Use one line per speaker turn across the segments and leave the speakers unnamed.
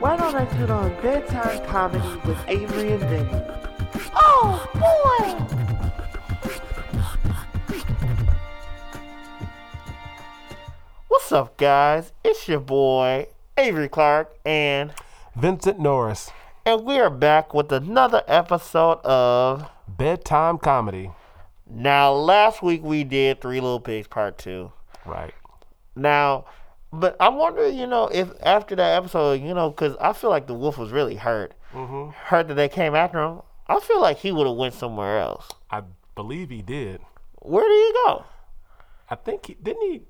put on bedtime comedy with Avery and Vinny.
Oh, boy!
What's up, guys? It's your boy Avery Clark, and
Vincent Norris,
and we are back with another episode of.
bedtime comedy.
Now, last week we did Three Little Pigs Part Two.
Right.
Now, but I wonder, you know, if after that episode, you know, because I feel like the wolf was really hurt, mm-hmm. hurt that they came after him. I feel like he would have went somewhere else.
I believe he did.
Where did he go?
I think he didn't he.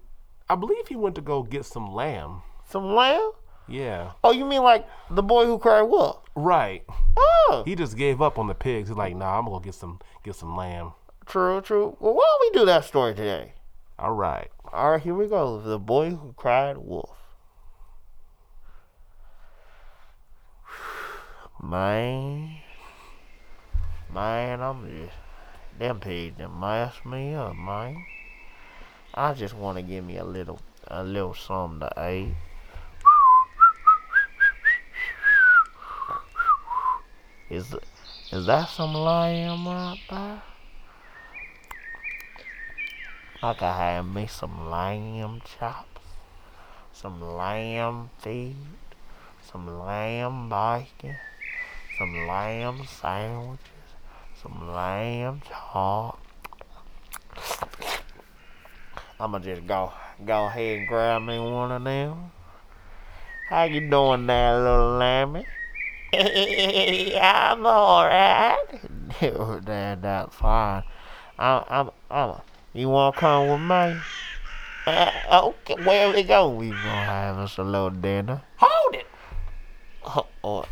I believe he went to go get some lamb.
Some lamb?
Yeah.
Oh, you mean like the boy who cried wolf?
Right.
Oh,
He just gave up on the pigs. He's like, nah, I'm gonna get some get some lamb.
true, true. Well, why don't we do that story today?
All right.
All right, here we go. The boy who cried wolf. Man, man, I'm just them pigs that mess me up, man. I just want to give me a little, a little something to eat. Is is that some lamb right there? I could have me some lamb chops, some lamb feet, some lamb bacon, some lamb sandwiches, some lamb chop. I'ma just go go ahead and grab me one of them. How you doing there, little lammy? I'm alright. that, that's fine. I'm, I'm, I'm, you want to come with me? Uh, okay, where we go? We gonna have us a little dinner.
Hold it!
Oh, oh,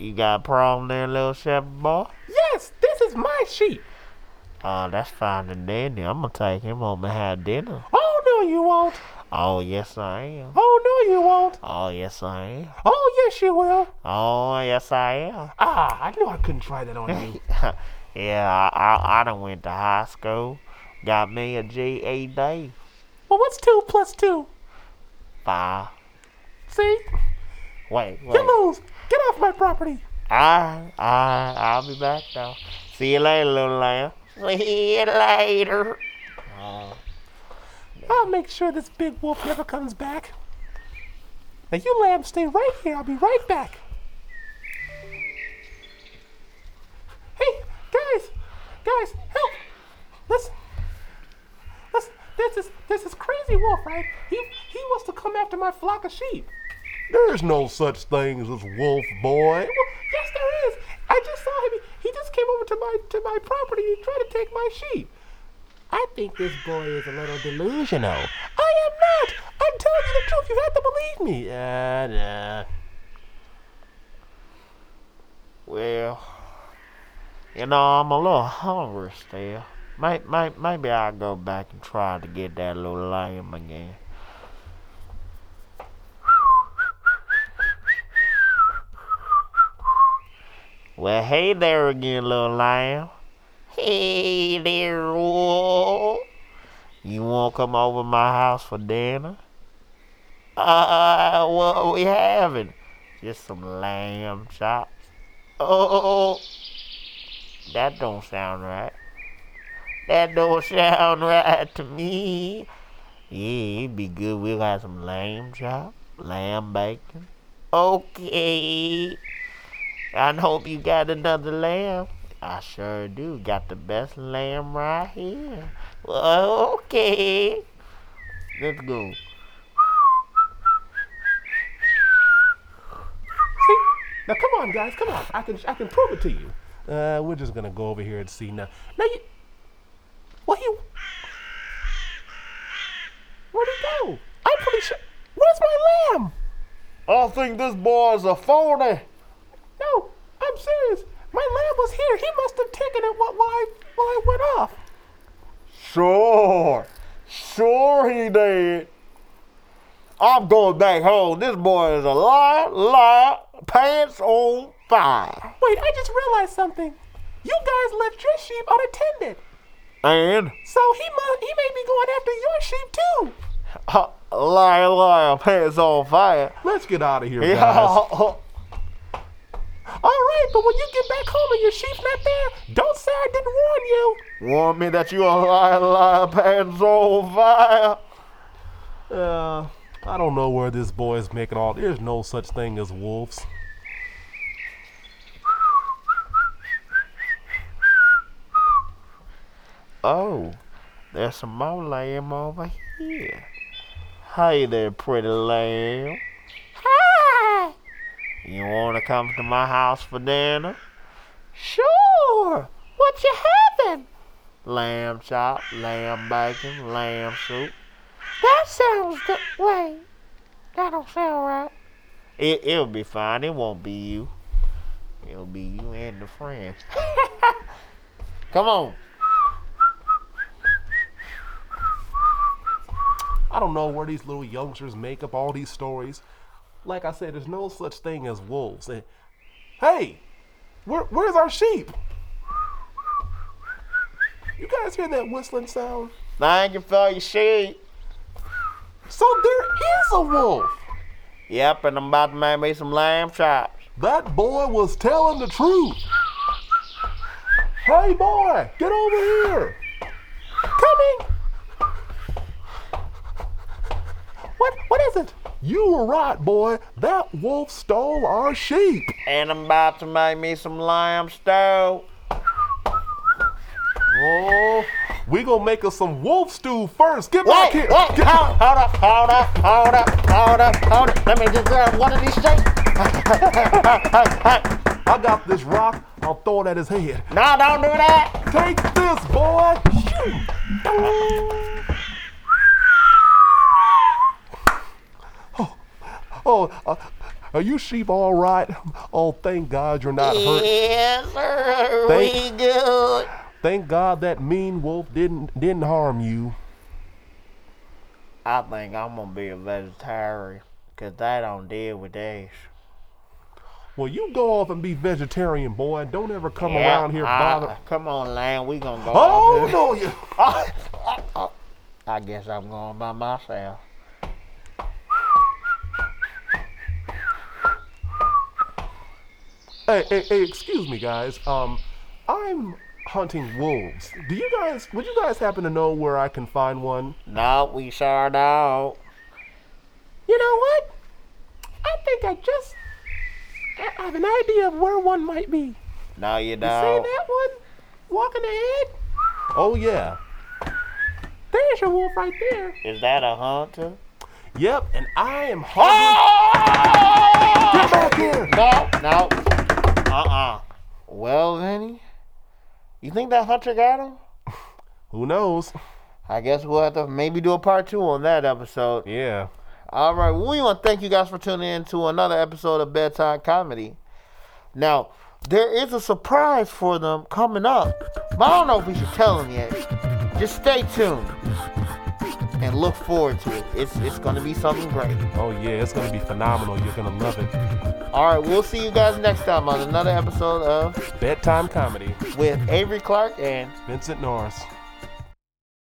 you got a problem there, little shepherd boy?
Yes, this is my sheep.
Oh, that's fine and dandy. I'm gonna take him home and have dinner.
Oh, no, you won't.
Oh, yes I am.
Oh, no, you won't.
Oh, yes I am.
Oh, yes, you will.
Oh, yes I am.
Ah, I knew I couldn't try that on you.
yeah, I, I, I done went to high school. Got me a E GED.
Well, what's two plus two?
Five.
See?
Wait, wait.
You lose. Get off my property.
I, I, I'll be back though. See you later, little lamb. See you later.
I'll make sure this big wolf never comes back. Now, you lambs stay right here. I'll be right back. Hey, guys! Guys, help! Listen. Listen. There's this, there's this crazy wolf, right? He, he wants to come after my flock of sheep.
There's no such thing as this wolf boy.
Well, yes, there is. I just saw him. He just came over to my to my property and tried to take my sheep. I think this boy is a little delusional. I am not. I'm telling you the truth. You have to believe me. Uh,
Well, you know, I'm a little hungry still. May, may, maybe I'll go back and try to get that little lamb again. Well, hey there again, little lamb. Hey there, wolf. You want to come over to my house for dinner? Uh, what we having? Just some lamb chops. Oh, that don't sound right. That don't sound right to me. Yeah, it'd be good. We'll have some lamb chop, lamb bacon. Okay. I hope you got another lamb. I sure do. Got the best lamb right here. Well, okay. Let's go.
see? Now come on, guys. Come on. I can I can prove it to you.
Uh, we're just gonna go over here and see now.
Now you. Well, he. Where'd he go? I'm pretty sure. Where's my lamb?
I think this boy's a phony.
No, I'm serious. My lamb was here. He must have taken it while while I, while I went off.
Sure, sure he did.
I'm going back home. This boy is a liar, liar, pants on fire.
Wait, I just realized something. You guys left your sheep unattended,
And
so he must, he may be going after your sheep too.
uh, liar, liar, pants on fire.
Let's get out of here, guys.
Yeah.
but when you get back home and your sheep's not there, don't say I didn't warn you.
Warn me that you are a liar, liar, Panzo fire.
Uh, I don't know where this boy is making all. There's no such thing as wolves.
Oh, there's some more lamb over here. Hey there, pretty lamb.
Hi.
You want to come to my house for dinner?
Sure. What you having?
Lamb chop, lamb bacon, lamb soup.
That sounds good. Wait. That don't sound right.
It, it'll be fine. It won't be you. It'll be you and the friends. come on.
I don't know where these little youngsters make up all these stories. Like I said, there's no such thing as wolves. And, hey, where, where's our sheep? You guys hear that whistling sound?
Thank you for your sheep.
So there is a wolf.
Yep, and I'm about to make me some lamb chops.
That boy was telling the truth. Hey, boy, get over here. Coming. What? What is it? You were right, boy. That wolf stole our sheep.
And I'm about to make me some lamb stew.
Oh, we gonna make us some wolf stew first. Get back
Wait,
here.
wait, hold,
Get-
hold up, hold up, hold up, hold up, hold up. Let me just grab one of these shakes.
I got this rock. I'll throw it at his head.
No, don't do that.
Take this, boy. Shoot. Oh, oh uh, are you sheep all right? Oh, thank God you're not hurt.
Yes, sir. We
Thank-
good.
Thank God that mean wolf didn't didn't harm you.
I think I'm gonna be a vegetarian, 'cause they don't deal with this.
Well, you go off and be vegetarian, boy, and don't ever come
Yeah, uh,
around here
I-
bother.
Come on, Lamb. We gonna go.
Oh
over here.
no, you.
I guess I'm going by myself.
Hey, hey, hey, excuse me, guys. Um, I'm hunting wolves. Do you guys? Would you guys happen to know where I can find one?
No, we sure don't.
You know what? I think I just I I have an idea of where one might be.
No, you
See
don't.
that one? Walking ahead?
Oh yeah.
There's your wolf right there.
Is that a hunter?
Yep. And I am hunting. Get back here.
No, no. Uh-uh. Well, Vinny, you think that hunter got him?
Who knows?
I guess we'll have to maybe do a part two on that episode.
Yeah.
All right. Well, we want to thank you guys for tuning in to another episode of Bedtime Comedy. Now, there is a surprise for them coming up, but I don't know if we should tell them yet. Just stay tuned and look forward to it. It's it's going to be something great.
Oh yeah, it's gonna be phenomenal. You're gonna love it.
All right. We'll see you guys next time on another episode of
Bedtime comedy.
with Avery Clark and
Vincent Norris.